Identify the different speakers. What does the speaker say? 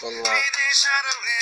Speaker 1: Vamos lá.